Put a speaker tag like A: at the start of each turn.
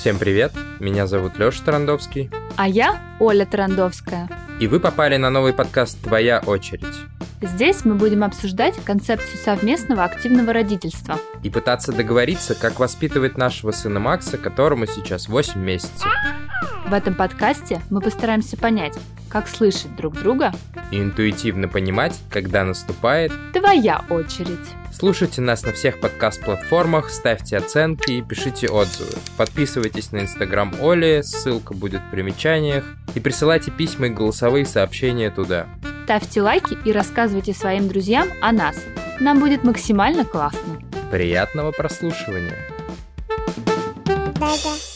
A: Всем привет, меня зовут Леша Тарандовский,
B: А я Оля Тарандовская.
A: и вы попали на новый подкаст «Твоя очередь»
B: Здесь мы будем обсуждать концепцию совместного активного родительства.
A: и пытаться договориться, как воспитывать нашего сына Макса, которому сейчас 8 месяцев,
B: В этом подкасте мы постараемся понять, как слышать друг друга.
A: и интуитивно понимать, когда наступает.
B: Твоя очередь.
A: Слушайте нас на всех подкаст-платформах, ставьте оценки и пишите отзывы. Подписывайтесь на инстаграм Оли, ссылка будет в примечаниях, и присылайте письма и голосовые сообщения туда.
B: Ставьте лайки и рассказывайте своим друзьям о нас. Нам будет максимально классно.
A: Приятного прослушивания!
C: Да-да.